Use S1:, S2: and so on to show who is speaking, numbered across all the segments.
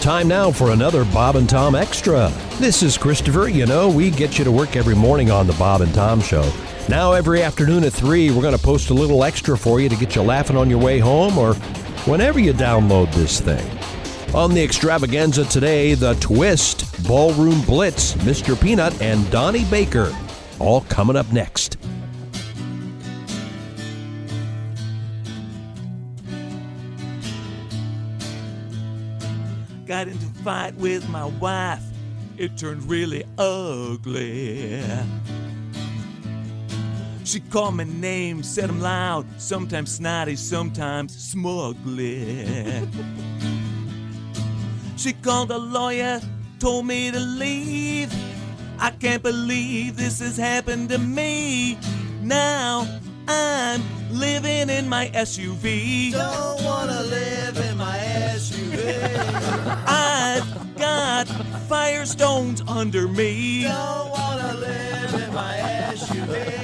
S1: time now for another Bob and Tom Extra. This is Christopher. You know, we get you to work every morning on the Bob and Tom Show. Now, every afternoon at 3, we're going to post a little extra for you to get you laughing on your way home or whenever you download this thing. On the extravaganza today, the twist, Ballroom Blitz, Mr. Peanut, and Donnie Baker. All coming up next.
S2: got into a fight with my wife. It turned really ugly. She called me names, said 'em loud, sometimes snotty, sometimes smugly. she called a lawyer, told me to leave. I can't believe this has happened to me. Now I'm living in my SUV.
S3: Don't wanna live in my SUV.
S2: I've got Firestones under me.
S3: Don't wanna live in my SUV.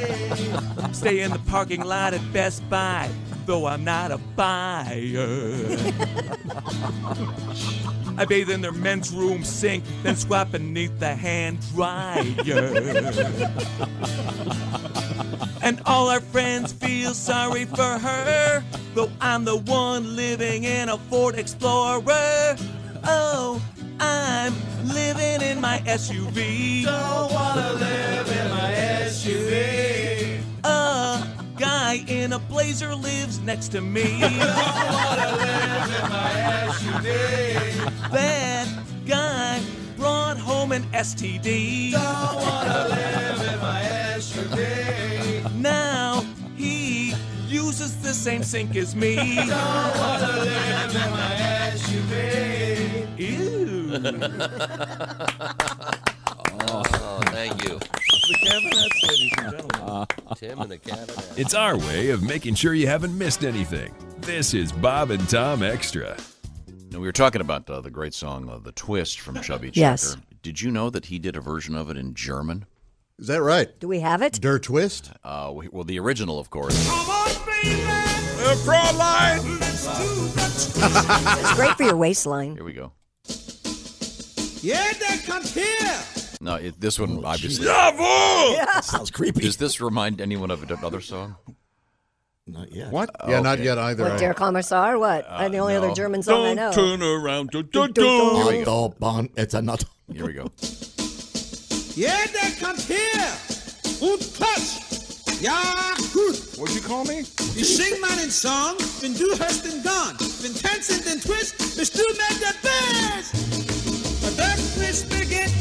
S2: Stay in the parking lot at Best Buy, though I'm not a buyer. I bathe in their men's room sink, then squat beneath the hand dryer. and all our friends feel sorry for her, though I'm the one living in a Ford Explorer. Oh, I'm living in my SUV.
S3: Don't wanna live in my SUV.
S2: A guy in a blazer lives next to me.
S3: My SUV.
S2: that guy brought home an STD.
S3: Don't wanna live in my SUV.
S2: Now he uses the same sink as me.
S3: Don't wanna live in my SUV.
S2: Ew.
S4: Oh, thank you. Tim and the cabinet.
S5: It's our way of making sure you haven't missed anything. This is Bob and Tom Extra.
S6: Now, we were talking about uh, the great song uh, "The Twist" from Chubby Checker.
S7: Yes.
S6: Did you know that he did a version of it in German?
S8: Is that right?
S7: Do we have it?
S8: Der Twist?
S6: Uh, we- well, the original, of course.
S7: It's great for your waistline.
S6: Here we go.
S3: Yeah, that comes here.
S6: No, it, this one
S8: Oh,
S6: obviously.
S8: Sounds creepy.
S6: Does this remind anyone of another song?
S8: Not yet. What?
S9: Oh,
S8: Yeah, not yet either.
S7: What, Der Kommissar? What? Uh, the only other German song I know.
S2: around.
S6: Here we
S8: Oh, bon, it's another.
S6: Here we go.
S3: Yeah, that comes here. Und touch. Ja, gut.
S9: What'd you call me?
S3: Ich sing meinen Song, wenn du hörst den Don. Wenn tanzen den Twist, bist du mit der Best. But der Twist beginnt,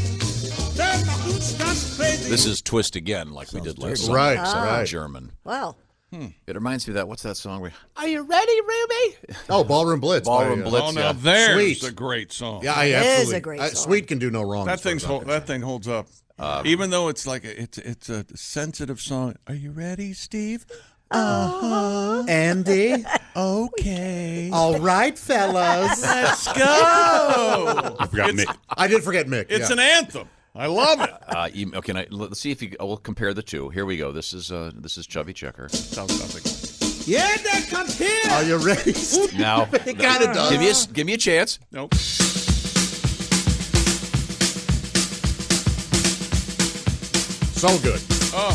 S3: der macht uns ganz crazy.
S6: This is "Twist" again, like we did last song.
S8: Right,
S6: except in
S8: right.
S6: German.
S7: Wow.
S6: It reminds me of that. What's that song? We,
S3: Are you ready, Ruby?
S8: Oh, Ballroom Blitz.
S6: Ballroom
S8: by, uh,
S6: Blitz.
S9: Oh,
S6: yeah.
S9: now there's
S8: Sweet.
S9: a great song.
S8: Yeah, I
S7: It is
S8: absolutely.
S7: a great
S8: I-
S7: song.
S8: Sweet can do no wrong.
S9: That
S8: as far
S9: thing's
S8: as
S9: hold,
S8: I'm Um,
S9: that thing holds up. Even though it's like a, it's it's a sensitive song. Are you ready, Steve? Uh-huh.
S7: Uh-huh.
S3: Andy.
S9: Okay.
S7: Oh.
S3: All right, fellas.
S9: Let's go.
S10: I forgot Nick.
S8: concerned. I did forget Mick.
S9: It's
S8: yeah.
S9: an anthem. I love it.
S6: Uh, em- okay, now, let's see if you. oh, We'll compare the two. Here we go. This is uh, this is Chubby Checker.
S9: Sounds nothing.
S3: yeah, that comes here.
S8: Are you ready?
S6: Now,
S8: it kind of does.
S6: give me a, give me a chance.
S9: Nope.
S8: So good.
S9: Oh,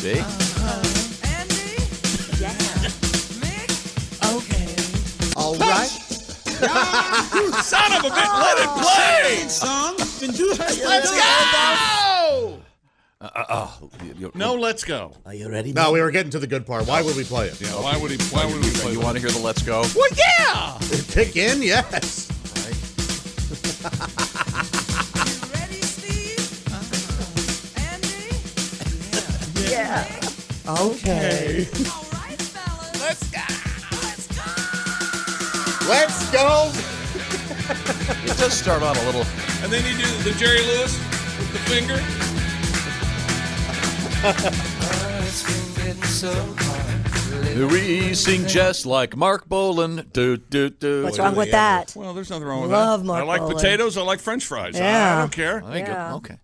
S6: See?
S8: All right.
S9: son of a bitch! Let it play.
S3: Song, wenn du hörst den Don.
S9: Oh.
S6: You- you-
S9: No, let's go.
S3: Are you ready?
S8: No, we were getting to the good part. Why would we play it?
S9: Yeah, why would he? Why would we play?
S6: You
S9: that?
S6: want to hear the "Let's Go"?
S9: Well, yeah.
S8: Kick in, yes.
S9: Uh-huh.
S7: Yeah.
S3: Okay.
S9: Let's go.
S8: Let's go.
S6: It does start out a little.
S9: And then you do the Jerry Lewis with the finger.
S6: We sing just like Mark Bolan. Do do do.
S7: What's wrong with that?
S9: Well, there's nothing wrong with
S7: Love
S9: that.
S7: Mark
S9: I like
S7: Bolan.
S9: potatoes. I like French fries. I- I,
S7: Yeah.
S9: don't care.
S6: I think it-
S7: Yeah.
S6: Okay.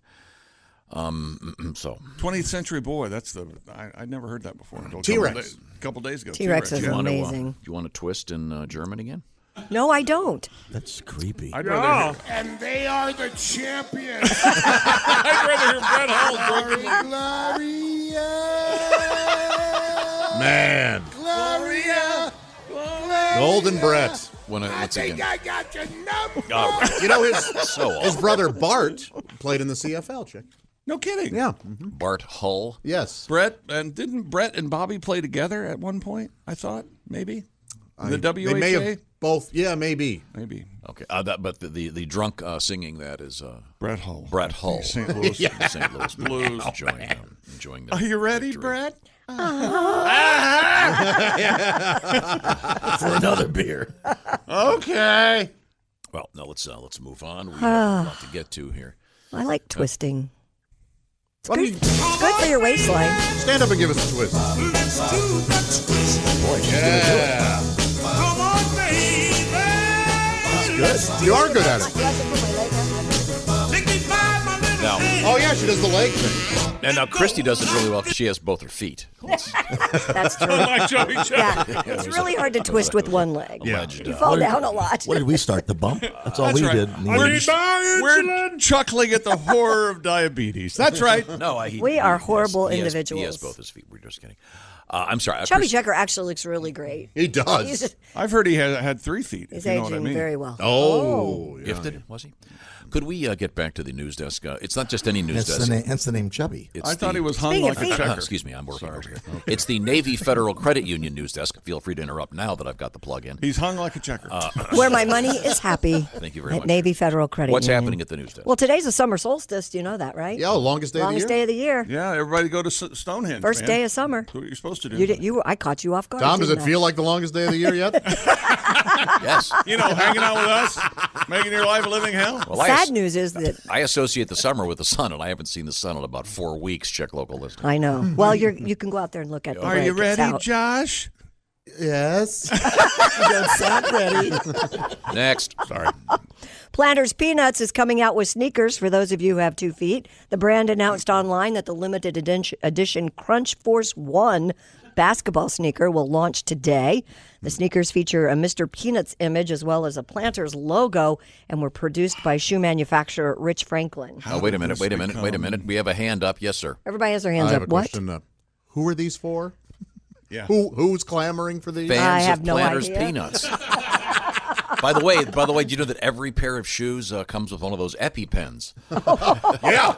S6: Um. So
S9: 20th Century Boy. That's the. I, I'd never heard that before. until a
S8: T-Rex.
S9: couple da- couple days ago.
S7: T-Rex is
S9: yeah.
S7: one.
S6: wanna, uh,
S7: Amazing.
S6: you want to twist in uh, German again?
S7: No, I don't.
S1: That's creepy.
S9: I'd rather, hear,
S3: And they are the champions.
S9: I'd rather hear Brett Hull drinking.
S8: Gloria,
S9: Man.
S8: Gloria, Golden Brett.
S6: When I, once again,
S3: I got your number.
S8: You know his
S6: so
S8: his
S6: awful.
S8: brother Bart played in the CFL. Chick.
S9: No kidding.
S8: Yeah. Mm-hmm.
S6: Bart Hull.
S8: Yes.
S9: Brett and didn't Brett and Bobby play together at one point? I thought maybe In the WHA
S8: They may have both. Yeah, maybe.
S9: maybe
S6: Okay, uh, that, but the, the the drunk uh, singing that is uh,
S9: Brett Hull.
S6: Brett Hull,
S9: St. Louis.
S6: yeah. St. Louis Blues, enjoying um, enjoying the
S9: Are you ready,
S6: victory.
S9: Brett?
S6: Uh-huh. for another beer?
S9: Okay.
S6: Well, no, let's uh, let's move on. We have a lot to get to here.
S7: I like twisting. It's
S8: Why don't
S7: good, it's good for your waistline.
S8: Stand up and give us a twist.
S3: Let's do the twist.
S6: Boy, she's
S3: Come on, baby.
S8: Good. You are good at it.
S3: Lick me by my little
S6: Now-
S3: hand.
S8: Oh yeah, she does the leg thing.
S6: doing it. And now Christy does it really well because she has both her feet. It's
S7: That's true. yeah, it's really hard to twist with one leg.
S6: alleged,
S7: You
S6: uh,
S7: fall down a lot.
S1: Where did we start? The bump? That's all we did. And
S9: We're,
S1: we-
S9: we're chuckling at the horror of diabetes. That's right.
S6: No, I, he,
S7: We are
S6: he
S7: horrible
S6: has, he has- He
S7: individuals.
S6: has both his feet. We're just kidding. Uh, I'm sorry. I
S7: Chubby
S6: appreciate-
S7: Checker actually looks really great.
S8: He
S7: He's,
S8: does.
S9: I've heard he had, had three feet.
S7: he's
S9: if you know
S7: aging
S9: what I mean.
S7: very well.
S8: Oh, yeah.
S6: Gifted was he? Could we uh, get back to the news desk? Uh, it's not just any news
S10: Hence
S6: desk.
S10: the, name, hence the name Chubby.
S6: It's
S9: I thought he
S6: the- Uh,
S9: was hung
S7: Speaking
S9: like
S7: of
S9: a
S7: feet-
S9: checker.
S6: Excuse me, I'm working over here. It's the Navy Federal Credit Union news desk. Feel free to interrupt now that I've got the plug in.
S9: He's hung like a checker.
S7: Oh. Where my money is happy.
S6: Thank you very
S7: at
S6: much.
S7: Navy Federal Credit
S6: What's
S7: Union.
S6: happening at the news desk?
S7: Well, today's the summer solstice. Do you know that, right?
S8: Yeah, longest day
S7: Longest
S8: of the
S7: day
S8: year.
S7: of the year.
S9: yeah, everybody go to S- Stonehenge.
S7: First
S9: man.
S7: day of summer.
S9: That's what you're supposed to do.
S7: You did, you. I caught you off guard.
S8: Tom, does
S7: didn't
S8: it
S7: I?
S8: feel like the longest day of the year yet?
S6: yes.
S9: You know, hanging out with us, making your life a living hell.
S6: Well, I
S7: Sad
S6: as-
S7: news is that
S6: I associate the summer with the sun, and I haven't seen the sun in about four weeks. Check local listing.
S7: I know. Well, you're you can go out there and look at. The
S9: Are you
S7: lake. It's
S9: ready,
S7: out.
S9: Josh?
S10: Yes. you don't sound ready.
S6: Next. Sorry.
S7: Planters Peanuts is coming out with sneakers for those of you who have two feet. The brand announced online that the limited eden- edition Crunch Force One basketball sneaker will launch today. The sneakers feature a Mr. Peanuts image as well as a Planters logo and were produced by shoe manufacturer Rich Franklin.
S6: Oh, wait a minute. Wait a minute. Wait a minute. We have a hand up. Yes, sir.
S7: Everybody has their
S8: I
S7: hands
S8: have
S7: up.
S8: a
S7: What?
S8: question. Uh, who are these for?
S9: Yeah.
S8: Who who's clamoring for these?
S6: Fans
S7: have
S6: of
S7: no
S6: Planters
S7: idea.
S6: Peanuts. by the way, by the way, do you know that every pair of shoes uh, comes with one of those EpiPens?
S8: Yeah.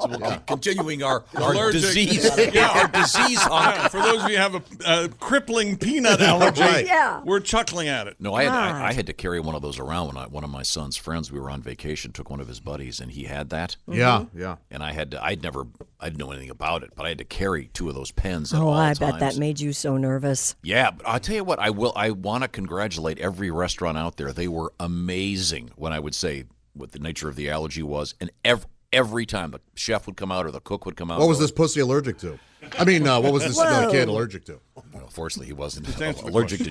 S6: So we'll keep continuing our, our disease, yeah, our disease honk.
S9: Uh, For those of you who have a, a crippling peanut allergy,
S8: Right.
S7: Yeah.
S9: we're chuckling at it.
S6: No, I had, I, I had to carry one of those around when I, one of my son's friends. We were on vacation, took one of his buddies, and he had that.
S8: Yeah, yeah.
S6: And I had to, I'd never, I didn't know anything about it, but I had to carry two of those pens. At
S7: Oh,
S6: all
S7: I
S6: times.
S7: bet that made you so nervous.
S6: Yeah, but I'll tell you what, I will. I want to congratulate every restaurant out there. They were amazing when I would say what the nature of the allergy was, and every every time the chef would come out or the cook would come out.
S8: What was
S6: or-
S8: this pussy allergic to? I mean, uh, what was this uh,
S7: Whoa.
S8: kid allergic to?
S6: Well, fortunately, he wasn't allergic to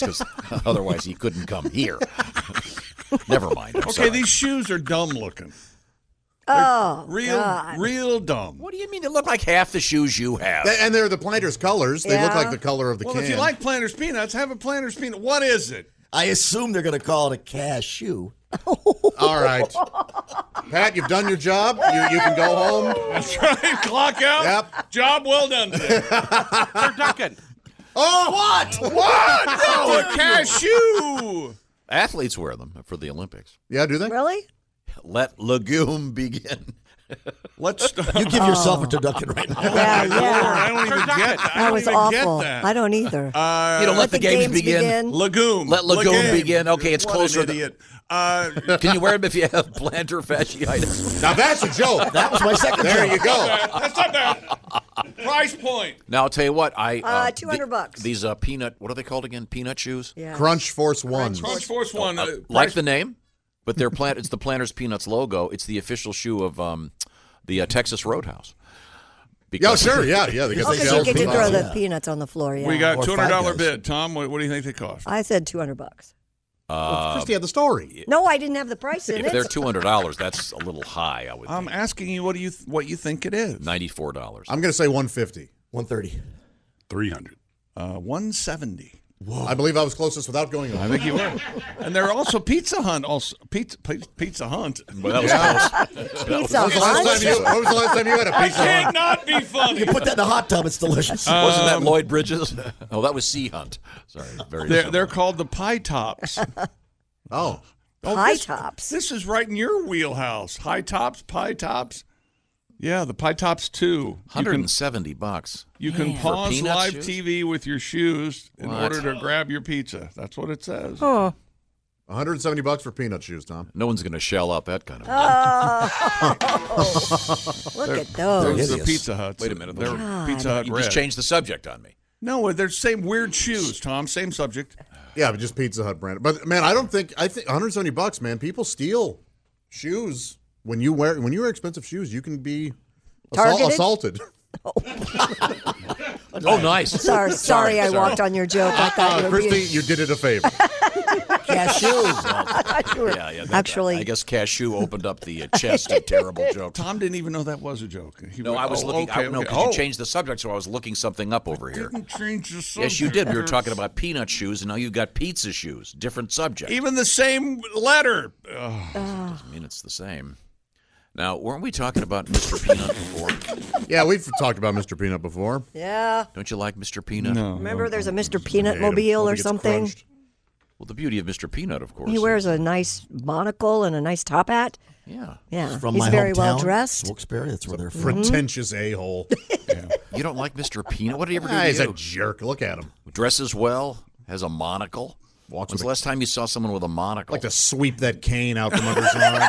S6: because otherwise he couldn't come here. Never mind. I'm
S9: Okay,
S6: sorry.
S9: these shoes are dumb looking.
S7: Oh,
S9: Real,
S7: God.
S9: real dumb.
S6: What do you mean? They look like half the shoes you have.
S8: They- and they're the planters' colors. They look
S7: Yeah.
S8: like the color of the
S9: Well,
S8: can.
S9: if you like Planters Peanuts, have a Planters Peanut. What is it?
S10: I assume they're going to call it a cashew.
S8: All right, Pat, you've done your job. You, you can go home.
S9: That's right. Clock out.
S8: Yep.
S9: Job well done. today.
S2: Sir Duncan.
S8: Oh, what? What?
S9: oh, a cashew.
S6: Athletes wear them for the Olympics.
S8: Yeah, do they?
S7: Really?
S6: Let legume begin.
S9: Let's start.
S10: You give yourself a turducken right now.
S7: Yeah, yeah.
S9: I don't even get that. I
S7: That
S9: don't
S7: was
S9: even
S7: awful.
S9: get that.
S7: I don't either.
S6: you know, Uh, let, the, games, begin.
S9: Legume.
S6: Let legume
S9: Legume.
S6: begin. Okay, it's
S9: What
S6: closer
S9: An
S6: than-
S9: idiot. Uh,
S6: Can you wear them if you have plantar fasciitis?
S8: Now that's a joke.
S10: That was my second
S8: There
S10: joke.
S8: you go.
S9: that's not bad. Price point.
S6: Now I'll tell you what. I uh,
S7: Uh, 200
S6: the-
S7: bucks.
S6: These uh, peanut. What are they called again? Peanut shoes.
S7: Yeah.
S8: Crunch Force One.
S9: Crunch Force One. uh,
S6: Like the name, but they're plant. It's the Planters Peanuts logo. It's the official shoe of um, the uh, Texas Roadhouse.
S8: Yeah,
S6: Because
S8: sure. Yeah, yeah. Because
S7: Oh,
S8: they
S7: because
S8: sell
S7: you get to
S8: peanuts.
S7: throw the
S10: Yeah.
S7: peanuts on the floor. Yeah.
S9: We got
S10: Or
S9: two hundred dollar
S10: Fagos.
S9: bid. Tom, what, what do you think they cost?
S7: I said two hundred bucks.
S8: Well, Christy had the story.
S7: No, I didn't have the price in
S6: If they're
S7: it.
S6: two hundred dollars, that's a little high. I would.
S11: Um,
S9: I'm
S6: think.
S9: asking you what do you th- what you think it is?
S6: Ninety-four dollars.
S9: Uh,
S8: I'm going to say 150.
S10: 130.
S9: 170.
S8: I believe I was closest without going over.
S9: I think you were. And there are also Pizza Hunt. Also Pizza Pi- Pizza Hunt.
S8: Well, that was Yeah. close. Pizza When was the last Hunt? time you- when was the last time you had a Pizza
S9: I
S8: Hunt?
S9: can't not be funny.
S6: You put that in the hot
S9: tub. It's delicious.
S6: Wasn't that Lloyd Bridges? Oh, that was Sea Hunt. Sorry, very.
S9: They're, they're called the pie tops.
S8: oh.
S7: Pie
S9: this, tops. This is right in your wheelhouse. High tops, pie tops. Yeah, the pie tops too.
S6: Hundred and seventy bucks.
S9: You can
S6: For
S9: pause
S6: peanut
S9: live
S6: shoes?
S9: TV with your shoes in
S6: What?
S9: order to grab your pizza. That's what it says.
S7: Oh.
S8: 170 bucks for peanut shoes, Tom.
S6: No one's going to shell out that kind of.
S7: look
S6: They're-
S7: at those.
S6: they're
S9: Those are
S6: hideous.
S9: Pizza Huts.
S6: Wait a minute,
S9: They're
S6: those-
S9: Pizza Hut
S6: You just
S9: red.
S6: changed the subject on me.
S9: No, they're same weird shoes, Tom. Same subject.
S8: Yeah, but just Pizza Hut brand. But man, I don't think I think 170 bucks, man. People steal shoes when you wear when you wear expensive shoes. You can be assault,
S7: Targeted?
S8: assaulted.
S6: Oh, nice.
S7: Sorry, sorry, I walked on your joke. I thought you
S8: Uh,
S7: were
S8: Christy,
S7: being-
S8: you did it a favor.
S7: I thought you were-
S6: Yeah, yeah. that-
S7: Actually,
S6: I guess cashew opened up the uh, chest of terrible jokes.
S9: Tom didn't even know that was a joke. He
S6: No,
S9: went,
S6: I was
S9: "Oh,
S6: looking.
S9: Okay,
S6: I, no,
S9: okay.
S6: because you changed the subject, so I was looking something up over here.
S9: didn't change the subject.
S6: Yes, you did. We were talking about peanut shoes, and now you've got pizza shoes. Different subject.
S9: even the same letter. Ugh.
S6: I mean, it's the same. Now, weren't we talking about Mr. Peanut before?
S8: yeah, we've talked about Mr. Peanut before.
S7: yeah.
S6: Don't you like Mr. Peanut?
S9: No.
S7: Remember, there's a Mr.
S8: Hate
S7: Peanut
S8: 'em.
S7: Mobile
S8: Hope
S7: or
S8: he gets
S7: something.
S8: crunched.
S6: Well, the beauty of Mr. Peanut, of course.
S7: He wears a nice monocle and a nice top hat.
S6: Yeah.
S7: Yeah,
S10: From
S7: he's
S10: my
S7: very
S10: hometown,
S7: well dressed.
S10: Wilkes-Barre, that's where they're from.
S7: Mm-hmm.
S8: Pretentious a hole.
S6: You don't like Mr. Peanut? What did he ever do
S8: Ah,
S6: to
S8: he's a
S6: you?
S8: jerk. Look at him.
S6: Dresses well, has a monocle. When's
S8: Walks with
S6: the
S8: a-
S6: last time you saw someone with a monocle?
S8: Like to sweep that cane out from under his arm.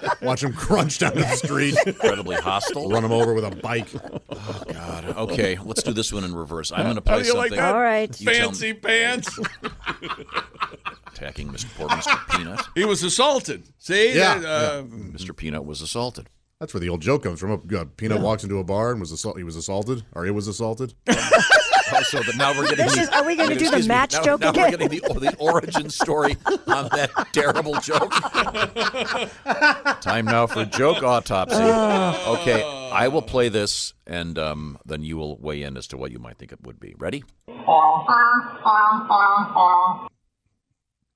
S8: and watch him crunch down the street.
S6: Incredibly hostile.
S8: Run him over with a bike.
S6: God. Okay, let's do this one in reverse. I'm going to play
S9: How do you like
S6: something.
S9: that?
S7: All right.
S6: You tell me.
S9: Fancy pants.
S6: Attacking Mr. Poor Mr. Peanut.
S9: he was assaulted. See?
S8: Yeah,
S9: That, uh,
S6: Mr. Peanut was assaulted.
S8: That's where the old joke comes from. Uh, Peanut walks into a bar and was assault. He was assaulted, or it was assaulted.
S6: Also, Oh, but now we're getting.
S7: This
S6: the-
S7: is- are we gonna do the
S6: excuse me,
S7: match
S6: now,
S7: joke
S6: now
S7: again?
S6: we're getting the, the origin story on that terrible joke. Time now for joke autopsy. okay, I will play this, and um, then you will weigh in as to what you might think it would be. Ready?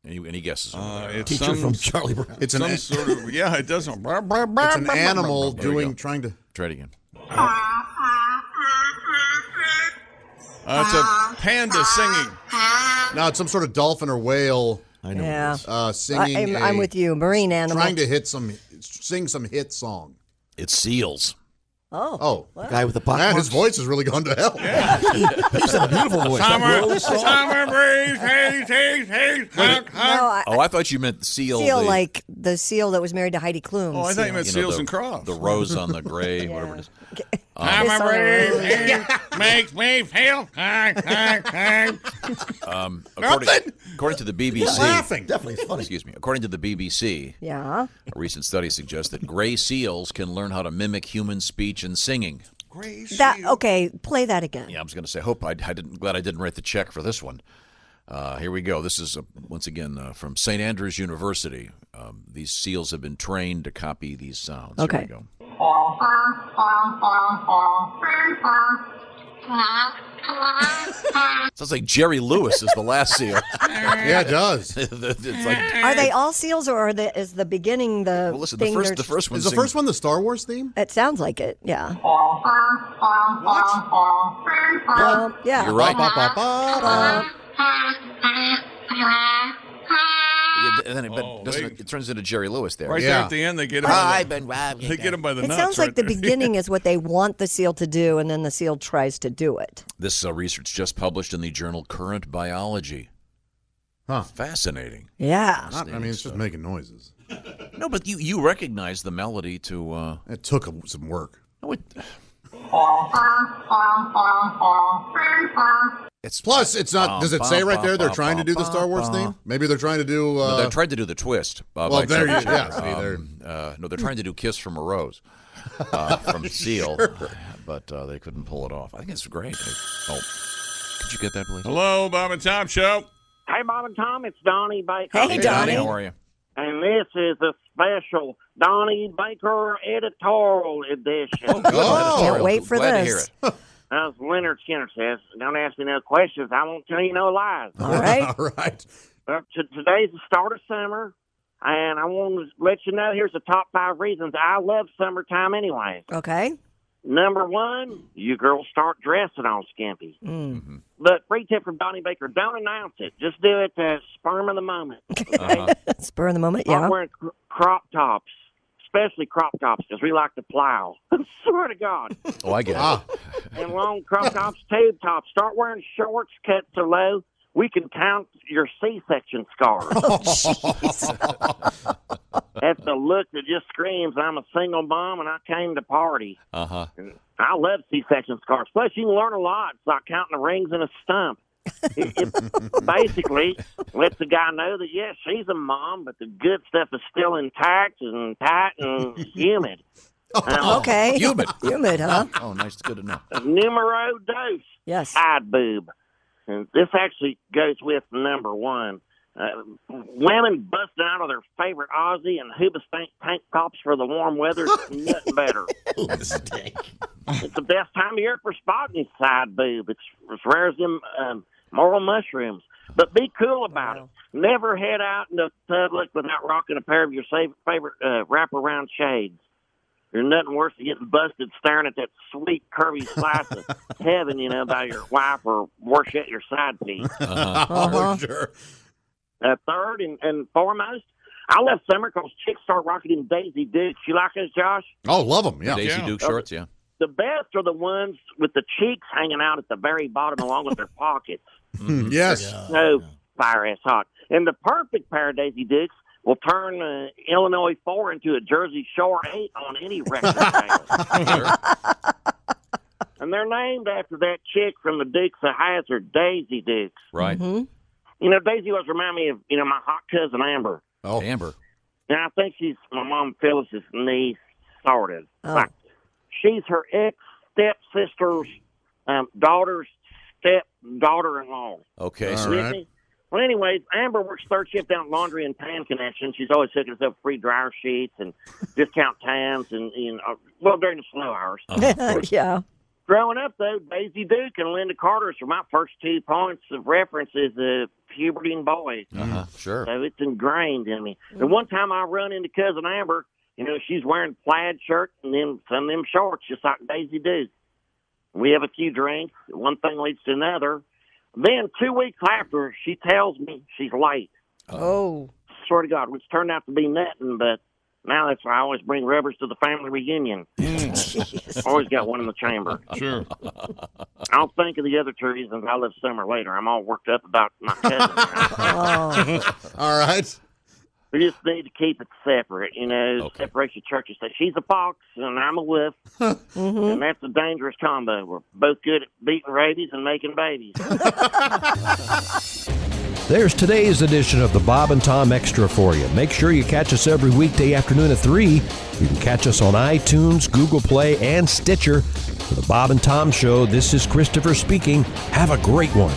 S6: Any, any guesses? over
S9: uh,
S6: there?
S9: it's
S10: Teacher
S9: some,
S10: from Charlie Brown.
S8: It's an
S9: some
S8: a-
S9: sort of. Yeah, it does.
S8: it's
S9: It's
S8: an animal
S6: There we go.
S8: doing trying to.
S6: Try it again.
S9: Uh, it's a panda singing.
S8: No, it's some sort of dolphin or whale
S10: I know.
S7: Yeah,
S8: uh,
S7: I,
S8: singing.
S7: am
S8: a-
S7: I'm with you. Marine animal.
S8: Trying to hit some, sing some hit song.
S6: It's seals.
S7: oh,
S8: Oh,
S10: The guy with the pocket.
S8: man, his
S10: marks.
S8: voice has really gone to hell.
S10: He's got a beautiful voice. That
S9: Summer,
S10: Rose song.
S9: summer breeze, haze, haze, haze, honk,
S7: no, I
S6: Oh, I thought you meant seal.
S7: feel
S6: the-
S7: like the seal that was married to Heidi Klum.
S9: Oh, I thought you meant
S6: you know,
S9: seals
S6: the-
S9: and Oh. crofts.
S6: The rose on the gray, whatever it is.
S9: Summer
S7: Summer
S9: breeze
S7: breeze.
S9: haze, makes me feel high, high, high.
S6: According, according to the BBC,
S8: Laughing.
S10: Definitely it's funny.
S6: excuse me, according to the BBC,
S7: Yeah.
S6: a recent study suggests that gray seals can learn how to mimic human speech and singing.
S7: That okay. Play that again.
S6: Yeah, I was going to say, hope I, I didn't. Glad I didn't write the check for this one. Uh, here we go. This is uh once again uh, from St. Andrews University. Um, these seals have been trained to copy these sounds. Here
S7: Okay.
S6: we go. Sounds like Jerry Lewis is the last seal.
S8: Yeah, it does. Is
S6: it's like
S7: Are they all seals, or are the, is the beginning the
S6: Well, listen, the
S7: thing?
S6: first,
S7: they're-
S6: the first one
S8: the
S6: sings-
S8: first one the Star Wars theme?
S7: It sounds like it. Yeah. Um, yeah.
S6: You're right.
S8: Ba, ba, ba, ba.
S6: Yeah, th- then it, but
S9: Oh,
S6: doesn't
S9: they-
S6: it, it turns into Jerry Lewis there.
S9: Right
S8: Yeah.
S9: there at the end, they get him. by
S6: I've
S9: the,
S6: been robbed.
S9: they get him by the
S7: It
S9: nuts.
S7: sounds like
S9: right
S7: the
S9: there.
S7: beginning is what they want the seal to do, and then the seal tries to do it.
S6: This uh, research just published in the journal Current Biology.
S8: Huh.
S6: Fascinating.
S7: Yeah.
S8: Not- I mean, it's just making noises.
S6: No, but you you recognize the melody to uh
S8: It took a- some work.
S6: no, it, it's
S8: Plus, it's not. Does it say right there they're trying to do the Star Wars theme? Maybe they're trying to do.
S6: No,
S8: Uh,
S6: they're trying to do the twist. Uh,
S8: Well,
S6: by
S8: there
S6: Chuck
S8: you-
S6: Berry.
S8: yeah, see, they're-
S6: Um, uh, no, they're trying to do "Kiss from a Rose" uh, from Seal, but uh, they couldn't pull it off. I think it's great. Oh, could you get that, please?
S9: Hello, Bob and Tom Show.
S11: Hey, Bob and Tom, it's Donnie Baker.
S7: Hey, Donnie.
S6: how are you?
S11: And this is a special Donnie Baker editorial edition.
S8: oh,
S7: Can't wait for
S6: Glad
S7: this.
S6: to hear it.
S11: As Leonard Skinner says, don't ask me no questions. I won't tell you no lies.
S8: All right. All right.
S11: Well, Uh, t- today's the start of summer, and I want to let you know here's the top five reasons I love summertime anyway.
S7: Okay.
S11: Number one, you girls start dressing all skimpy.
S7: Mm.
S11: But free tip from Donnie Baker, don't announce it. Just do it the sperm of the moment.
S7: Spur in the moment, yeah.
S11: I'm wearing cr- crop tops, especially crop tops, because we like to plow. Swear to God.
S6: Oh, I get it.
S11: and long crop tops, tube tops. Start wearing shorts, cuts are low. We can count your C-section scars. That's the look that just screams, "I'm a single mom and I came to party."
S6: Uh huh.
S11: I love C-section scars. Plus, you can learn a lot. It's like counting the rings in a stump. It, it basically lets the guy know that yes, she's a mom, but the good stuff is still intact and tight and humid. Um,
S7: okay.
S6: Humid.
S7: Humid, huh?
S6: Oh, nice. Good enough.
S11: Numero dos.
S7: Yes.
S11: Side boob. And this actually goes with number one. Uh, women busting out of their favorite Aussie and Hooba Stank tank tops for the warm weather is nothing better. it's the best time of year for spotting side boob. It's as rare as them um, moral mushrooms. But be cool about it. Never head out into public without rocking a pair of your sa- favorite uh, wraparound shades. There's nothing worse than getting busted staring at that sweet curvy slice of heaven, you know, by your wife or worse yet, your side piece.
S6: Uh-huh.
S8: Oh, sure.
S11: Uh, third and, and foremost, I left summer because chicks start rocking them Daisy Dukes. You like those, Josh?
S8: Oh, love them. Yeah.
S6: Daisy Duke shorts, yeah.
S11: The best are the ones with the cheeks hanging out at the very bottom along with their pockets.
S8: Hmm, Yes.
S11: No fire ass hot. And the perfect pair of Daisy Dukes will turn uh, Illinois 4 into a Jersey Shore 8 on any record label. And they're named after that chick from the Dukes of Hazard, Daisy Dukes.
S6: Right.
S11: You know, Daisy always remind me of, you know, my hot cousin Amber.
S8: Oh,
S6: Amber.
S11: And I think she's my mom Phyllis's niece, sort of.
S7: Oh.
S11: Like, she's her ex stepsister's um, daughter's stepdaughter in law.
S6: Okay.
S8: All
S6: So
S8: right.
S11: Well, anyways, Amber works third shift down at Laundry and Tan Connection. She's always hooking us up with free dryer sheets and discount tams and, you know, well, during the slow hours.
S7: yeah.
S11: Growing up, though, Daisy Duke and Linda Carter's are my first two points of reference as a puberty and boys.
S6: Uh-huh. Sure.
S11: So it's ingrained in me. And one time I run into cousin Amber, you know, she's wearing plaid shirt and then some of them shorts, just like Daisy Duke. We have a few drinks. One thing leads to another. Then two weeks after, she tells me she's late.
S7: Oh.
S11: Swear to God, which turned out to be nothing, but now that's why I always bring rubbers to the family reunion. always got one in the chamber.
S9: Sure.
S11: I'll think of the other two reasons I live summer later. I'm all worked up about my cousin.
S7: Oh.
S8: All right.
S11: We just need to keep it separate, you know,
S6: Okay.
S11: separate your churches. Say she's a fox and I'm a wolf,
S7: hmm
S11: and that's a dangerous combo. We're both good at beating rabies and making babies.
S1: There's today's edition of the Bob and Tom Extra for you. Make sure you catch us every weekday afternoon at 3. You can catch us on iTunes, Google Play, and Stitcher. For the Bob and Tom Show, this is Christopher speaking. Have a great one.